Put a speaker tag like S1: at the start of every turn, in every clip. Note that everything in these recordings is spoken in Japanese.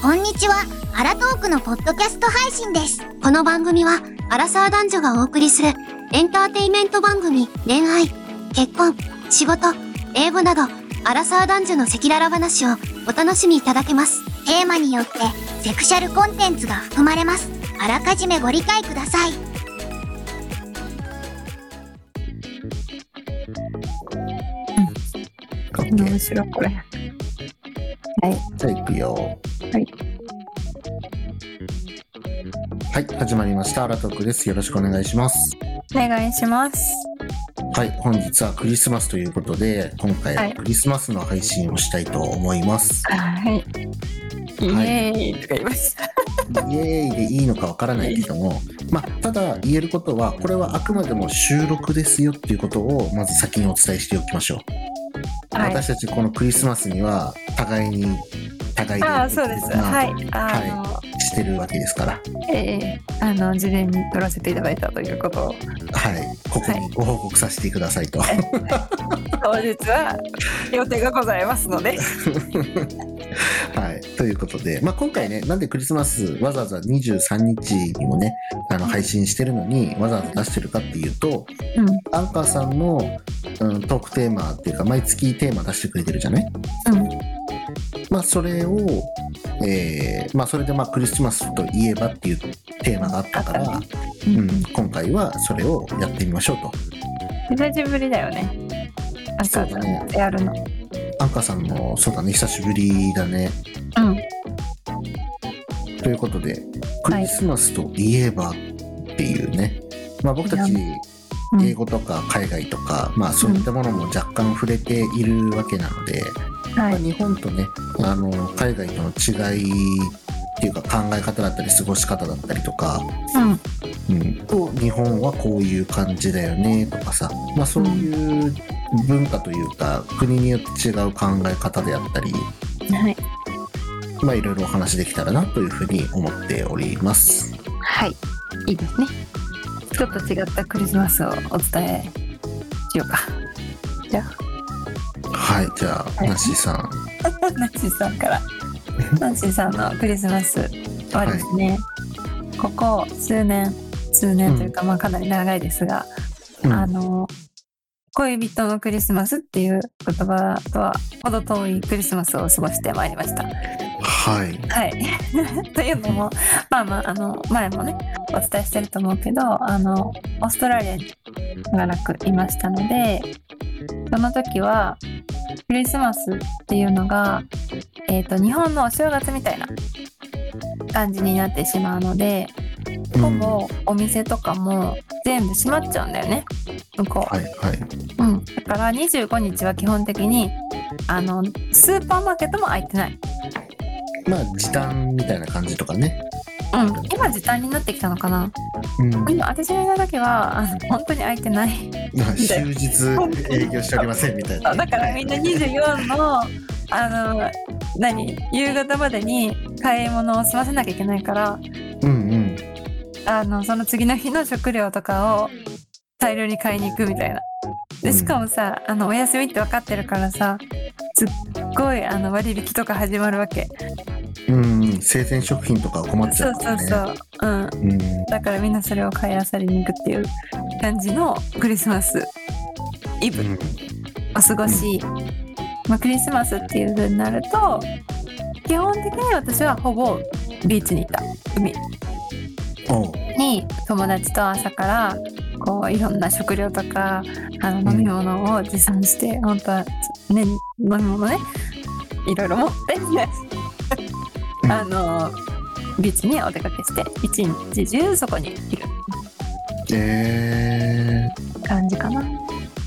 S1: こんにちは。アラトークのポッドキャスト配信です。この番組は、アラサー男女がお送りするエンターテイメント番組、恋愛、結婚、仕事、英語など、アラサー男女の赤裸々話をお楽しみいただけます。テーマによって、セクシャルコンテンツが含まれます。あらかじめご理解ください。
S2: 面白いこれ。
S3: じゃあ行くよ。
S2: はい。
S3: はい、始まりました。アラトークです。よろしくお願いします。
S2: お願いします。
S3: はい、本日はクリスマスということで、今回
S2: は
S3: はいクリスマスの配信をしたいと思い ます。
S2: はい。イエーイとか言いました。
S3: イエーイでいいのかわからないけども、まあ、ただ言えることは、これはあくまでも収録ですよっていうことを、まず先にお伝えしておきましょう。
S2: はい。
S3: 私たちこのクリスマスには、互いに、互いに、
S2: ああ、そうです。
S3: まあ
S2: はい。あの、
S3: してるわけですから。
S2: ええあの事前に撮らせていただいたということ を、
S3: はい、ここにご報告させてくださ いと。
S2: 当日は予定がございますので、
S3: はい、ということで、まあ、今回ね、なんでクリスマスわざわざ23日にもね、あの配信してるのにわざわざ出してるかっていうと、
S2: うん、
S3: アンカーさんの、うん、トークテーマっていうか、毎月テーマ出してくれてるじゃない
S2: うん、
S3: まあ、それを、えーまあ、それでまあクリスマスといえばっていうテーマがあったから、う
S2: うん
S3: ん、今回はそれをやってみましょうと。
S2: 久しぶりだよね。朝
S3: そうだね
S2: やるの。
S3: アンカーさんも、そうだね、久しぶりだね。
S2: うん、
S3: ということで、クリスマスといえばっていうね、まあ、僕たち
S2: うん
S3: 英語とか海外とか、まあ、そういったものも若干触れているわけなので、
S2: は
S3: まあ
S2: い、
S3: 日本とねあの海外との違いっていうか考え方だったり過ごし方だったりとか、
S2: うん、
S3: うん、と日本はこういう感じだよねとかさ、まあ、そういう文化というか国によって違う考え方であったり、
S2: はい、
S3: まあ、いろいろお話できたらなというふうに思っております。
S2: はい、いいですね。ちょっと違ったクリスマスをお伝えしようか。
S3: はい、じゃあ、
S2: い
S3: ナッシーさん。
S2: ナンシーさんから。ナンシーさんのクリスマスはですね、ここ数年、数年というか、まあかなり長いですが、
S3: うん
S2: あの、恋人のクリスマスっていう言葉とは程遠いクリスマスを過ごしてまいりました。
S3: はい。
S2: はい。 というのも、まあまあ、あの、前もね、お伝えしてると思うけど、あの、オーストラリアに長らくいましたので、その時は、クリスマスっていうのが、えっ、と、日本のお正月みたいな感じになってしまうので、ほ
S3: うんは
S2: ぼお店とかも全部閉まっちゃうんだよね、向こう。
S3: い、はい。
S2: うん、だから25日は基本的にあのスーパーマーケットも開いてない、
S3: まあ、時短みたいな感じとかね。
S2: うん、今時短になってきたのかな
S3: うん。
S2: でも私がいた時はあの本当に空いてない
S3: まあ終日営業しておりませんみたいな。
S2: だからみんな
S3: はい
S2: 24のあの何夕方までに買い物を済ませなきゃいけないから
S3: うんうん。
S2: あのその次の日の食料とかを大量に買いに行くみたいな
S3: う
S2: で
S3: ん
S2: しかもさあのお休みって分かってるからさすっごいあの割引とか始まるわけ
S3: うんうん、生鮮食品とか困っち
S2: そ
S3: ゃ
S2: う
S3: うか
S2: そ
S3: ら
S2: う
S3: ね。
S2: そううん
S3: うん。
S2: だからみんなそれを買い漁りに行くっていう感じのクリスマスイブ
S3: うん
S2: お過ごし、まあ、クリスマスっていう風になると基本的に私はほぼビーチにいた海
S3: おう
S2: に友達と朝からこういろんな食料とかあの飲み物を持参して、本当はね飲み物ねいろいろ持って
S3: うん
S2: あのビーチにお出かけして一日中そこにいる
S3: え
S2: 感じかな。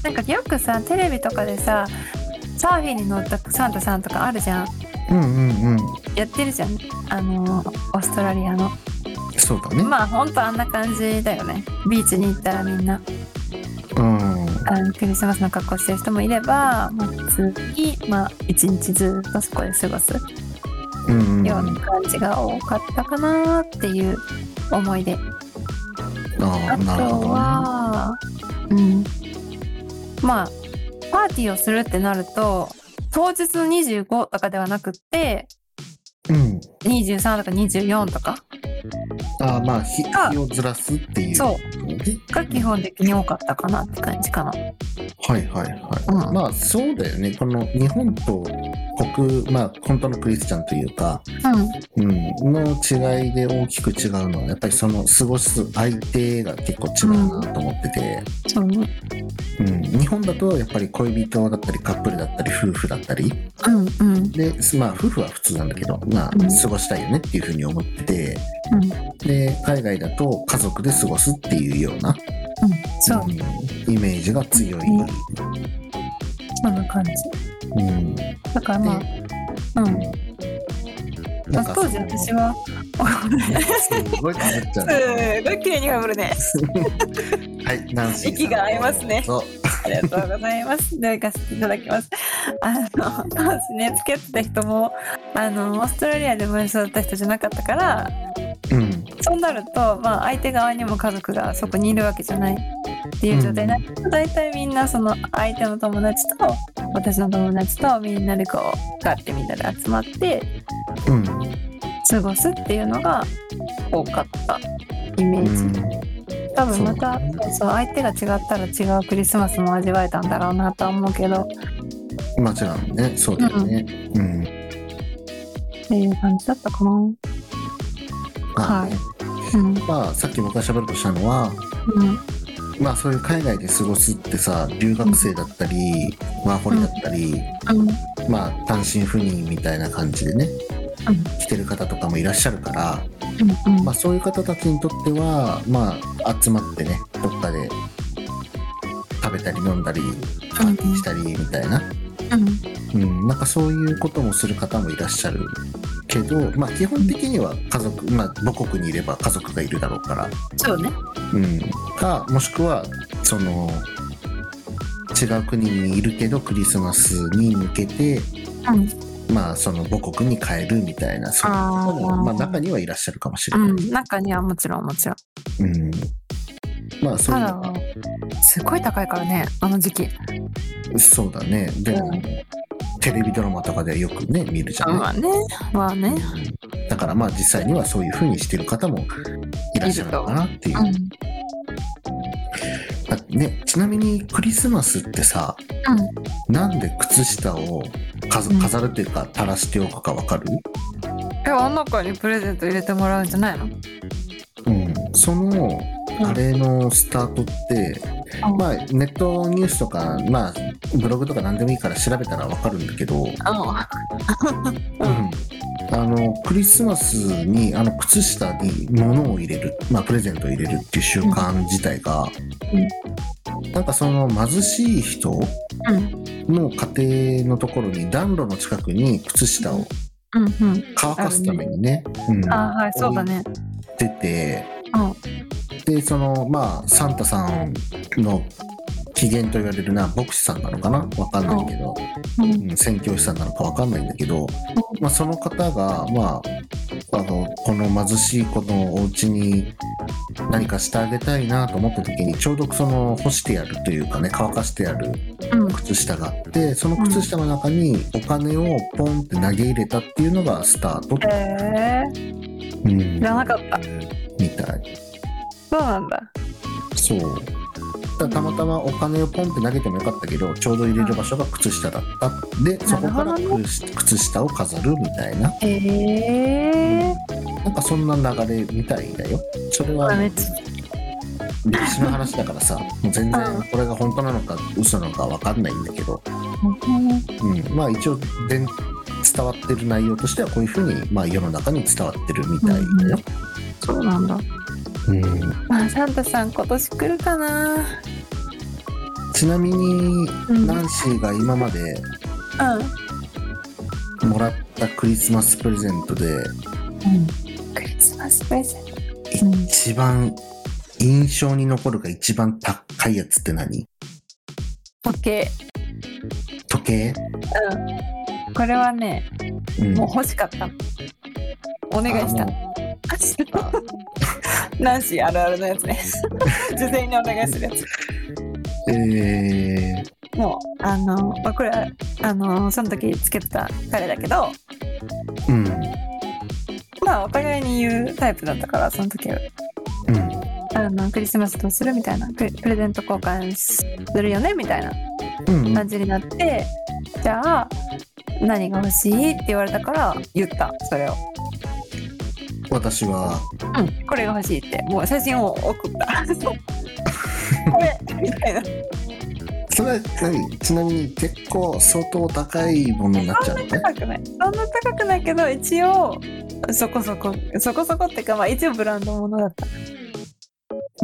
S2: なんかよくさテレビとかでさサーフィンに乗ったサンタさんとかあるじゃん
S3: ー。うんうんうん。
S2: やってるじゃんあのオーストラリアの
S3: そうだね。
S2: まあほんとあんな感じだよねビーチに行ったらみんな
S3: うん。
S2: あのクリスマスの格好してる人もいれば、まあ、普通に、まあ、一日ずっとそこで過ごすよ
S3: うんう。
S2: うんな
S3: あ
S2: 感じが多かったかなっていう思い出あ
S3: あ、
S2: と
S3: なるほどね。
S2: は、うん、まあパーティーをするってなると当日の25とかではなくって
S3: うん。
S2: 23とか24とか、
S3: ああ、まあ、日
S2: あ
S3: 日をずらすっていう。。
S2: そうが基本的に多かったかなって感じかな。
S3: はいはいはい。
S2: うん
S3: まあ、そうだよね。この日本と国、まあ、本当のクリスチャンというか、
S2: うん。
S3: うん、の違いで大きく違うのは、やっぱりその過ごす相手が結構違うなと思ってて、
S2: そうね。
S3: うん、日本だとやっぱり恋人だったりカップルだったり夫婦だったり、
S2: うんうん
S3: で、まあ、夫婦は普通なんだけど、まあ、
S2: うん
S3: 過ごしたいよねっていうふうに思ってて、
S2: うん。うん。
S3: で、海外だと家族で過ごすっていうような、
S2: そう。
S3: んイメージが強い。
S2: そんな感じ。
S3: うん
S2: だからまあ、うん。
S3: な
S2: ま
S3: ん
S2: あ
S3: か
S2: 当時私
S3: は
S2: は、
S3: すごい変わっちゃうね。
S2: すごい綺麗にかぶるね。
S3: はい、ナンシーさん
S2: 息が合いますね
S3: そう。
S2: ありがとうございます。では行かせていただきます。あの、当時ね、付き合ってた人も、あの、オーストラリアで生まれ育った人じゃなかったから、
S3: うん。
S2: そうなると、まあ、相手側にも家族がそこにいるわけじゃないっていう状態になると、大体みんなその相手の友達と、私の友達とみんなでこう、ガってみんなで集まって
S3: うん。
S2: 過ごすっていうのが多かったイメ
S3: う
S2: ージ。
S3: ん。
S2: 多分また
S3: そう
S2: そうそう相手が違ったら違うクリスマスも味わえたんだろうなとは思うけどっ
S3: もちろんね、そうだよね。うん。
S2: ていう感じだったかな。うん
S3: まあ
S2: はい
S3: ね
S2: うん
S3: まあ、さっき僕が喋るとしたのは、まあそういう海外で過ごすってさ、留学生だったり、ワーホリだったり、
S2: うん
S3: まあ単身赴任みたいな感じでね
S2: うん、
S3: 来てる方とかもいらっしゃるから、
S2: うん
S3: まあ、そういう方たちにとっては、まあ、集まってねどっかで食べたり飲んだりパーティーしたりみたいな、
S2: うん
S3: うん、なんかそういうこともする方もいらっしゃるけど、まあ、基本的には家族、まあ、母国にいれば家族がいるだろうから、
S2: そうね。
S3: うん、かもしくはその違う国にいるけどクリスマスに向けて、
S2: うん
S3: まあ、その母国に帰るみたいなそういう方も
S2: あー
S3: まあ、中にはいらっしゃるかもしれ
S2: う
S3: ない。
S2: ん中にはもちろんもちろん。
S3: うん、まあそう
S2: た
S3: いう
S2: だ
S3: のが
S2: すごい高いからねあの時期。
S3: そうだねでも、
S2: う
S3: テレビドラマとかでよくね見るじゃない、
S2: まあねまあね。
S3: だからまあ実際にはそういう風にしてる方もいらっしゃるのかなっていう、
S2: うん
S3: だってねちなみにクリスマスってさ、なんで靴下を飾
S2: うん
S3: 飾るというか垂らしておくかわかる、
S2: えあの子にプレゼント入れてもらうんじゃないの？
S3: うん、その
S2: うん
S3: あれのスタートって、
S2: うん
S3: まあネットニュースとかまあブログとか何でもいいから調べたらわかるんだけど、うん、あのクリスマスにあの靴下に物を入れる、まあ、プレゼントを入れるっていう習慣自体が、なんかその貧しい人
S2: うん
S3: の家庭のところに暖炉の近くに靴下を
S2: うんうん。
S3: 乾かすためにね、うん
S2: あはいそうだね。
S3: 置いてて、でそのまあサンタさんの起源と言われるな牧師さんなのかなわかんないけど、
S2: うんうん
S3: うん宣教師さんなのかわかんないんだけど、まあ、その方が、まあ、あのこの貧しい子のお家に何かしてあげたいなと思った時にちょうどその干してやるというかね乾かしてやる
S2: うん
S3: 靴下があってその靴下の中にお金をポンって投げ入れたっていうのがスタート、
S2: へえ
S3: うん
S2: 知らなかった。
S3: みたい
S2: そうなんだ。
S3: そうたたまたまお金をポンって投げてもよかったけどちょうど入れる場所が靴下だったでそこから
S2: なるほど
S3: 靴靴下を飾るみたいな
S2: へえ
S3: なんかそんな流れみたいだよそれは
S2: めっちゃ
S3: 歴史の話だからさもう全然これが本当なのか嘘なのか分かんないんだけど、うん、まあ一応伝伝わってる内容としてはこういうふうに、まあ、世の中に伝わってるみたいだよ。
S2: そうなんだ。
S3: うん
S2: まあ、サンタさん今年来るかな。
S3: ちなみに
S2: うん
S3: ナンシーが今までもらったクリスマスプレゼントで
S2: クリスマスプレゼント。
S3: 一番印象に残るが一番高いやつって何
S2: 時計。
S3: 時計、
S2: うん。これはね、
S3: うん
S2: もう欲しかった。お願いした
S3: あ。も
S2: あ ナンシーあるあるのやつ ね。事前にお願いするやつ。
S3: うえ
S2: もう、あの、まあ、これは、あの、その時つけてた彼だけど、
S3: ー、うん
S2: まあお互いに言うタイプだったからその時は
S3: うん
S2: あのクリスマスどうするみたいなプレプレゼント交換するよねみたいな
S3: うんうん
S2: 感じになって、じゃあ何が欲しいって言われたから言ったそれを、
S3: 私は
S2: うん、これが欲しいってもう写真を送ったこれみたいな
S3: それは何ちなみに結構相当高いものになっちゃうのね
S2: 高くないそんな高くないけど一応そこそこそこそこっていうかまあ一応ブランドものだった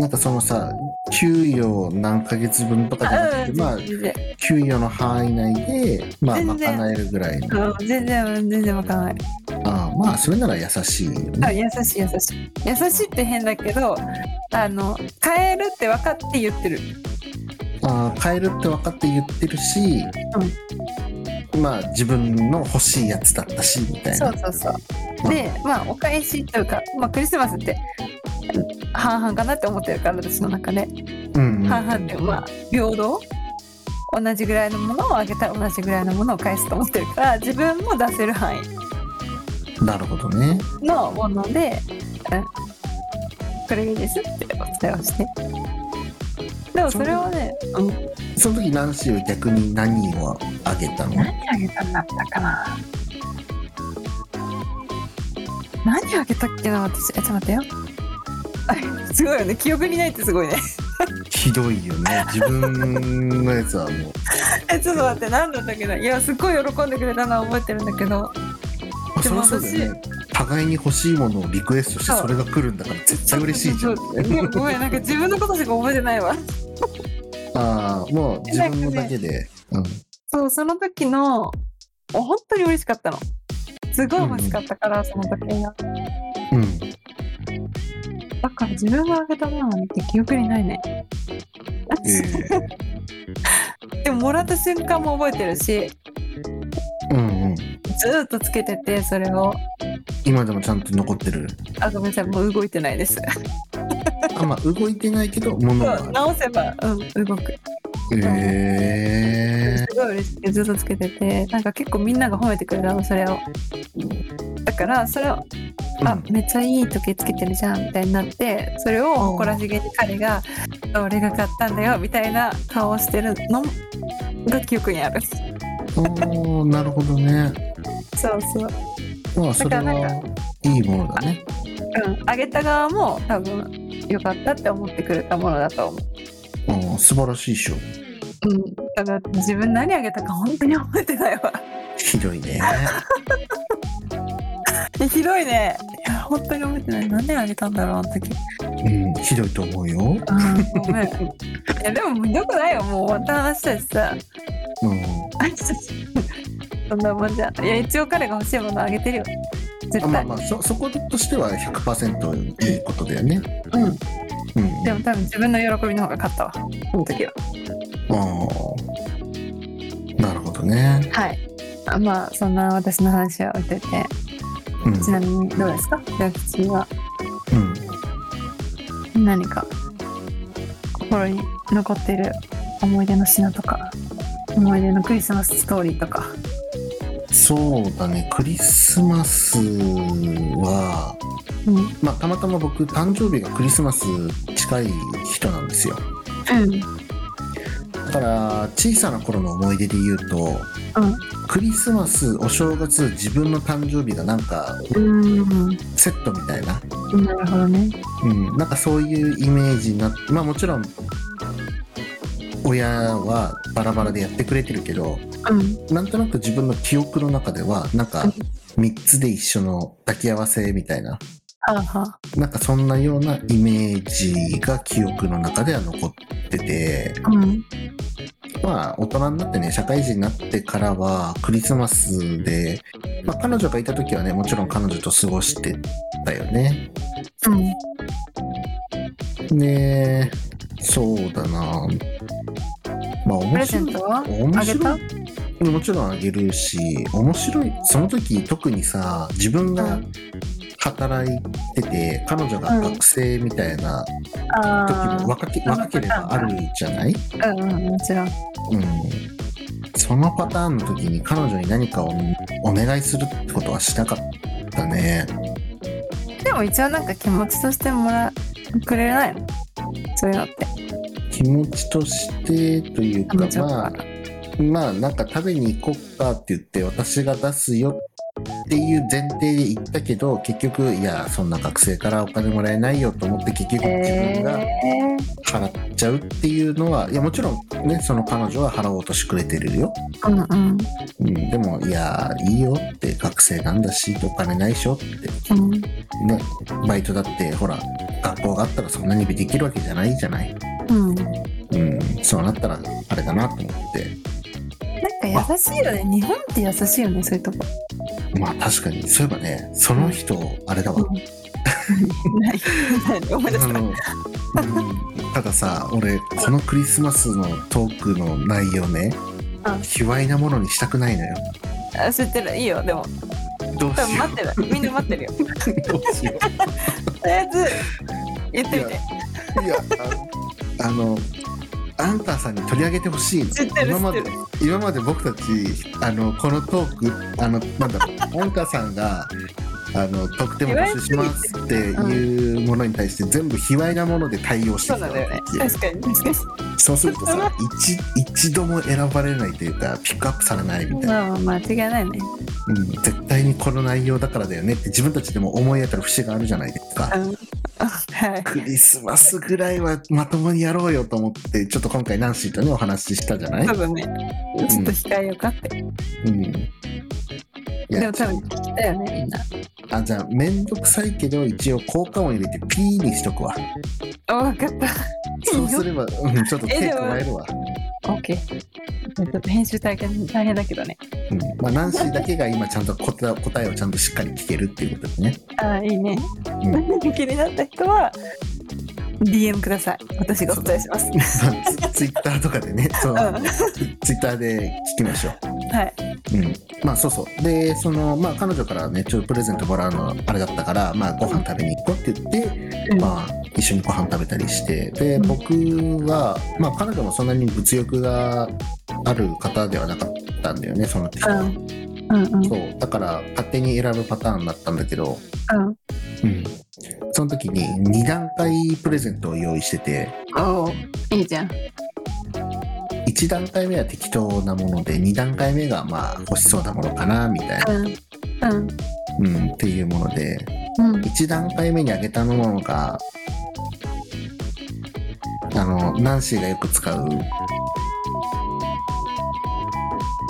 S3: なんかそのさ給与何ヶ月分とかじゃなくて、
S2: うん
S3: まあ
S2: 全然
S3: 給与の範囲内でまあ
S2: 全然
S3: 賄えるぐらいの
S2: うん全然全然わかんない
S3: ああまあそれなら優しいよ
S2: あ
S3: ね
S2: 優しい優しい優しいって変だけどあの変えるって分かって言ってる
S3: ああ買えるって分かって言ってるし、まあ自分の欲しいやつだったしみたい
S2: そ
S3: な
S2: うそうそうでまあお返しというか、まあ、クリスマスって半々かなって思ってるから私の中で
S3: うんうん
S2: 半々ってまあ平等同じぐらいのものをあげたら同じぐらいのものを返すと思ってるから自分も出せる範囲
S3: なるほどね
S2: のもので、うん、これがいいですってお伝えをしてでもそれをね、うん、
S3: その時ナンシーは逆に何をあげたの
S2: 何あげたんだったかな何あげたっけな私えちょっと待ってよ あすごいよね記憶にないってすごいね
S3: ひどいよね自分のやつはもう
S2: えちょっと待って何だったっけないやすっごい喜んでくれたのは覚えてるんだけど
S3: まあ
S2: で
S3: そり
S2: も
S3: ゃそうだよね互いに欲しいものをリクエストして
S2: そう
S3: それが来るんだから絶対嬉しいじゃん
S2: ちょっとちょっとごめんなんか自分のことしか覚えてないわ
S3: ああもう自分のだけで、うん、
S2: そう、その時の、お本当に嬉しかったの。すごい欲しかったから、その時が。
S3: うん、
S2: だから自分があげたものなんて記憶にないね。
S3: え
S2: でももらった瞬間も覚えてるし、
S3: えうんうん
S2: ずーっとつけてて、それを。
S3: 今でもちゃんと残ってる
S2: あ、ごめんなさい、もう動いてないです。
S3: あまあ動いてないけど物はある
S2: 直せば、うん、動く。
S3: へ
S2: すごい嬉しくて、ずっとつけてて、なんか結構みんなが褒めてくれたの、それを。だから、それを、
S3: え
S2: あめっちゃいい時計つけてるじゃんみたいになってそれを誇らしげに彼が「俺が買ったんだよ」みたいな顔をしてるのが記憶にある
S3: おおなるほどね
S2: そうそう、
S3: まあそれ
S2: だからなん
S3: はいいものだね
S2: うん、あげた側も多分良かったって思ってくれたものだと思う、
S3: うん素晴らしいでしょ
S2: うん、だから自分何あげたか本当に覚えてないわ
S3: ひどい ね
S2: ひどいねいや本当に覚えてない何であげたんだろうあの時
S3: うんひどいと思うよ
S2: うんごめんいやでもよくないよもう終わった話だしさ
S3: うん
S2: そんなもんじゃいや一応彼が欲しいものあげてるよ絶
S3: あ
S2: 対
S3: まあまあそそことしては100%いいことだよね
S2: うん
S3: うん
S2: でも多分自分の喜びの方が勝ったわその時は
S3: あーなるほどね、
S2: はいあまあそんな私の話は置いといて
S3: うん
S2: ちなみにどうですかじゃあ吉は
S3: うん
S2: 何か心に残っている思い出の品とか思い出のクリスマスストーリーとか
S3: そうだねクリスマスは、
S2: うん
S3: まあ、たまたま僕誕生日がクリスマス近い人なんですよだから小さな頃の思い出で言うとクリスマスお正月自分の誕生日がなんか
S2: うんう
S3: セットみたいな、
S2: んなるほどね
S3: うん、なんかそういうイメージになってまあもちろん親はバラバラでやってくれてるけど
S2: うん
S3: なんとなく自分の記憶の中ではなんか3つで一緒の抱き合わせみたいな
S2: はあは
S3: なんかそんなようなイメージが記憶の中では残ってて
S2: あうん
S3: まあ大人になってね社会人になってからはクリスマスで、まあ、彼女がいた時はねもちろん彼女と過ごしてたよね
S2: うん
S3: でそうだなまあ
S2: プ
S3: 面
S2: レゼ
S3: 白
S2: ン
S3: い
S2: トは
S3: 面
S2: あげ
S3: 白
S2: た
S3: いもちろんあげるし面白いその時特にさ自分
S2: う
S3: が
S2: ん
S3: 働いてて彼女が学生みたいな時も
S2: あ
S3: 若け
S2: あー
S3: 若ければあるじゃない、
S2: あうんうんもちろ
S3: う
S2: ん
S3: ん、そのパターンの時に彼女に何かをお願いするってことはしなかったね
S2: でも一応なんか気持ちとしてもらくれないのそういうのって
S3: 気持ちとしてというか
S2: あもちろん
S3: まあまあなんか食べに行こっかって言って私が出すよっていう前提で行ったけど結局いやそんな学生からお金もらえないよと思って結局自分が
S2: え
S3: 払っちゃうっていうのは、いやもちろんねその彼女は払おうとしてくれてるよ、
S2: ー、うんうん
S3: うん、でもいやいいよって学生なんだしお金ないでしょって
S2: うん
S3: ねバイトだってほら学校があったらそんなにできるわけじゃないじゃない、
S2: うん
S3: うん、そうなったらあれだなと思って
S2: なんか優しいよね日本って優しいよねそういうとこ
S3: まあ確かにそういえばねその人あれだわ、
S2: ないない思い出
S3: あ
S2: した
S3: の、うん、たださ俺このクリスマスのトークの内容ね
S2: うん
S3: 卑猥なものにしたくないのよ
S2: あ知ってるいいよでも
S3: どう
S2: 多
S3: しよ
S2: 分待ってるみんな待 ってるよと
S3: うどうしよ
S2: りあえず言ってみて
S3: ういやあのあのアンターさんに取り上げてほしいの
S2: 知ってる
S3: 今まで
S2: 知って
S3: 今まで僕たちあのこのトークあのなんだろうアンターさんがあの特典を募集しますっていうものに対して全部卑猥なもので対応して
S2: そ
S3: きた
S2: うな
S3: わ
S2: ん
S3: け
S2: だよね確かに確かに
S3: そうするとさ一一度も選ばれないというかピックアップされないみたいな、
S2: まあまあ間違いないね
S3: うん、絶対にこの内容だからだよねって自分たちでも思い当たる節があるじゃないですか、
S2: うん はい
S3: クリスマスぐらいはまともにやろうよと思ってちょっと今回ナンシーとねお話ししたじゃない
S2: 多、分ねちょっと控えようかって、
S3: うん、いや
S2: でも多分聞いたよねみんな
S3: あじゃあ面倒くさいけど一応効果音入れてピーにしとくわ
S2: あ分かった
S3: そうすれば、うん、ちょっと手加えるわ、
S2: OK ちょっと編集大変大変だけどね
S3: うんまあ、ナンシーだけが今ちゃんと答え答えをちゃんとしっかり聞けるっていうことでね
S2: ああいいね、
S3: う
S2: 気になった人は DM ください私がお伝えします
S3: ツイッターとかでね、そう、ツイッターで聞きましょ
S2: はい、
S3: う。うん、まあ、そうそう、で、その、まあ、彼女からね、ちょっとプレゼントもらうの、あれだったから、まあ、ご飯食べに行こうって言って。
S2: あ、
S3: まあ、一緒にご飯食べたりして、で、
S2: うん
S3: 僕は、まあ、彼女もそんなに物欲が。ある方ではなかったんだよね、その時は。
S2: うんうん
S3: そう、だから、勝手に選ぶパターンだったんだけど。
S2: うん
S3: うん。その時に、二段階プレゼントを用意してて。
S2: おおいいじゃん
S3: 1段階目は適当なもので2段階目がまあ欲しそうなものかなみたいな、
S2: うんうん
S3: うん、っていうもので
S2: うん
S3: 1段階目にあげたものがあのナンシーがよく使う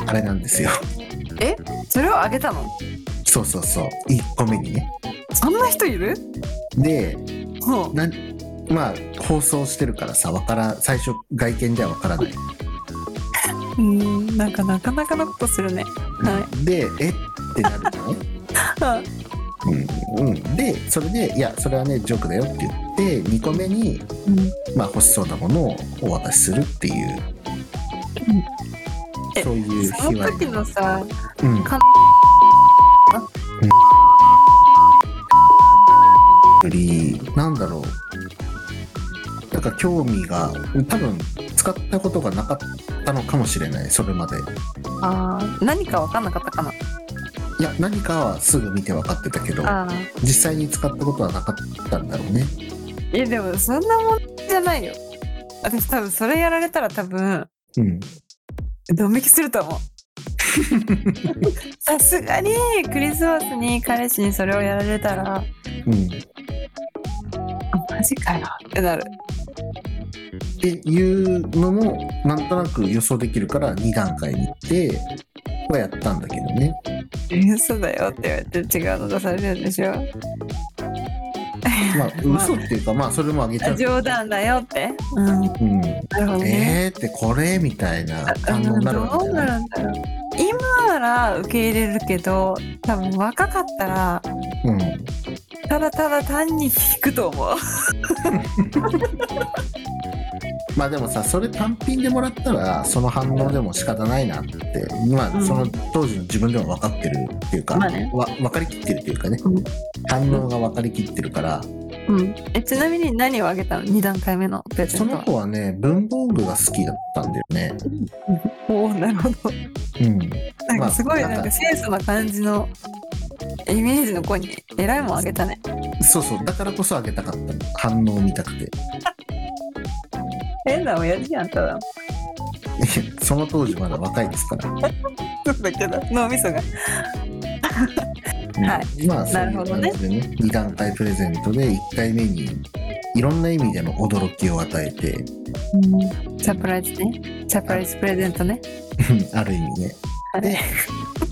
S3: あれなんですよ
S2: それをあげたの
S3: そうそうそう1個目にね
S2: そんな人いる
S3: で
S2: ほう
S3: なんまあ放送してるからさわから最初外見じゃわからない
S2: うんなんかなかなかのことするねは
S3: でえってなるのねうんうん、でそれで「いやそれはねジョークだよ」って言って2個目に、
S2: うん、
S3: まあ、欲しそうなものをお渡しするっていう、
S2: え
S3: そういう
S2: その時のさ
S3: うん
S2: か
S3: よりなんだろうなんか興味が多分使ったことがなかったのかもしれないそれまで
S2: あー何か分かんなかったかない
S3: や何かはすぐ見て分かってたけど
S2: ああ
S3: 実際に使ったことはなかったんだろうね
S2: えでもそんなもんじゃないよ私多分それやられたら多分
S3: うん
S2: ドン引きすると 思うさすがにクリスマスに彼氏にそれをやられたら
S3: うん
S2: あマジかよってなる
S3: っていうのもなんとなく予想できるから2段階に行ってはやったんだけど ね
S2: 嘘だよって言われて違うの出されるんでしょ
S3: まあ
S2: まあ
S3: 嘘っていうかまあそれもあげちゃう、
S2: 冗談だよってうんな
S3: うん、
S2: るほどね、
S3: えーってこれみたいな
S2: あ
S3: 反応
S2: の
S3: になるわけ
S2: ど
S3: じゃ
S2: う
S3: ない
S2: なるんだろう今なら受け入れるけど多分若かったら
S3: うん
S2: ただただ単に引くと思う
S3: まあでもさそれ単品でもらったらその反応でも仕方ないなってま
S2: う
S3: あ
S2: ん
S3: その当時の自分でも分かってるっていうか、
S2: まあね
S3: わ分かりきってるというかね、
S2: うん
S3: 反応が分かりきってるから
S2: うん、えちなみに何をあげたの2段階目のプレゼ
S3: そ
S2: ン
S3: の
S2: ト
S3: 子はね文房具が好きだったんだよね
S2: おおなるほど
S3: うん
S2: なん
S3: まあ
S2: かすごい
S3: なんか
S2: なんか清楚な感じのイメージの声にえらいもんあげたね
S3: そうそうだからこそあげたかったの反応を見たくて
S2: 変な親父やんただ
S3: いやその当時まだ若いですから、は、
S2: そうだけど脳みそがはい
S3: まあそう
S2: ないるほ
S3: う
S2: ど
S3: 感
S2: ね
S3: じでね2段階プレゼントで1回目にいろんな意味での驚きを与えて
S2: サプライズねサプライズプレゼントね
S3: ある意味ね
S2: あれ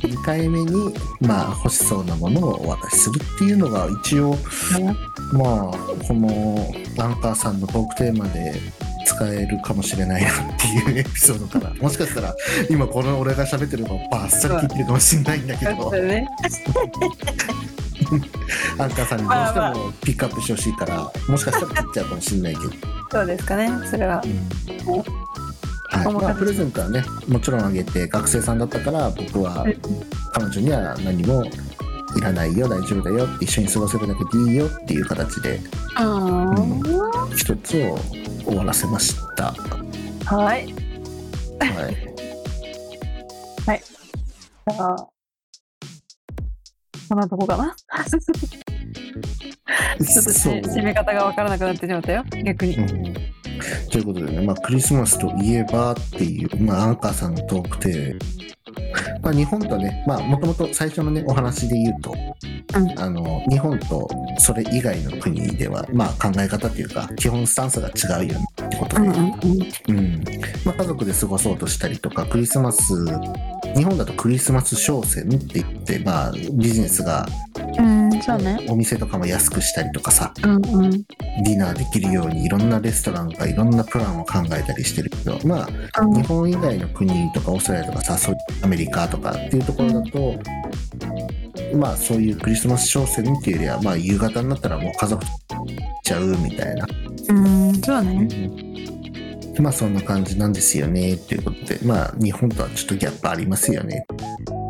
S3: 2回目にまあ欲しそうなものをお渡しするっていうのが一応まあこのアンカーさんのトークテーマで使えるかもしれないなっていうエピソードからもしかしたら今この俺が喋ってるのをバッサリ聞いてるかもしれないんだけ
S2: だ
S3: ど
S2: ってね
S3: アンカーさんにどうしてもピックアップしてほしいからもしかしたら切っちゃうかもしれない けど。
S2: そうですかねそれは
S3: はいまあ、プレゼントはねもちろんあげて学生さんだったから僕は
S2: うん
S3: 彼女には何もいらないよ大丈夫だよって一緒に過ごせるだけでいいよっていう形で
S2: あ
S3: 一つを終わらせました。
S2: あは
S3: は
S2: い
S3: い
S2: だからこんなとこかな ちょっとし
S3: そう
S2: 締め方がわからなくなってしまったよ逆に、
S3: うんということでね、まあ、クリスマスといえばっていう、まあ、アンカーさんのトークテーマ、まあ、日本とね、まあ、もともと最初のね、お話で言うと、
S2: うん
S3: あの、日本とそれ以外の国では、まあ、考え方っていうか、基本スタンスが違うよねってことで、うんまあ、家族で過ごそうとしたりとかクリスマス日本だとクリスマス商戦って言って、まあ、ビジネスが
S2: うんうんそうね
S3: お店とかも安くしたりとかさ
S2: うんうん
S3: ディナーできるようにいろんなレストランがいろんなプランを考えたりしてるけどまあ日本以外の国とかオーストラリアとかさそうアメリカとかっていうところだと。まあそういうクリスマス商戦っていうよりはまあ夕方になったらもう家族と行っちゃうみたいな
S2: うんそうね
S3: まあそんな感じなんですよねっていうことでまあ日本とはちょっとギャップありますよね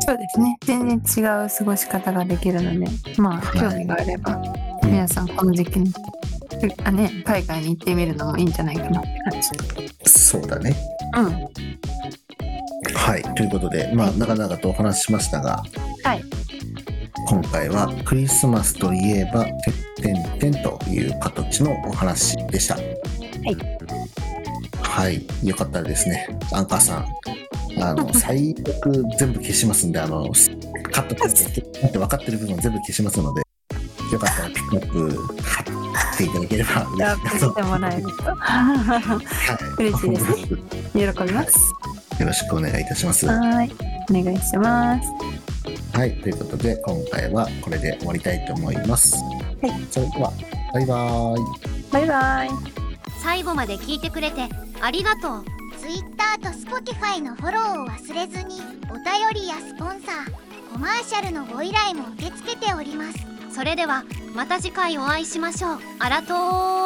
S2: そうですね全然違う過ごし方ができるのでまあ
S3: はい
S2: 興味があれば
S3: うん
S2: 皆さんこの時期に、あね、海外に行ってみるのもいいんじゃないかなって
S3: そうだね
S2: 感じうん
S3: はいということでまあ長々とお話ししましたが
S2: はい
S3: 今回はクリスマスといえば「てんてんてん」という形のお話でしたはいはいよかったらですねアンカーさんあ の最悪全部消しますんであのカットって分かってる部分全部消しますのでよかったらピックアップしていただければ
S2: じゃ
S3: 嬉
S2: あ
S3: しいなと
S2: してもら えると
S3: はい、
S2: 嬉しいですね。喜びます
S3: よろしくお願いいたします。は
S2: はーいお願いします
S3: い、ということで今回はこれで終わりたいと思います。
S2: はい、
S3: それではバイバーイ。
S2: バイバイ
S1: 最後まで聞いてくれてありがとう Twitter と Spotify のフォローを忘れずにお便りやスポンサーコマーシャルのご依頼も受け付けておりますそれではまた次回お会いしましょうあらとー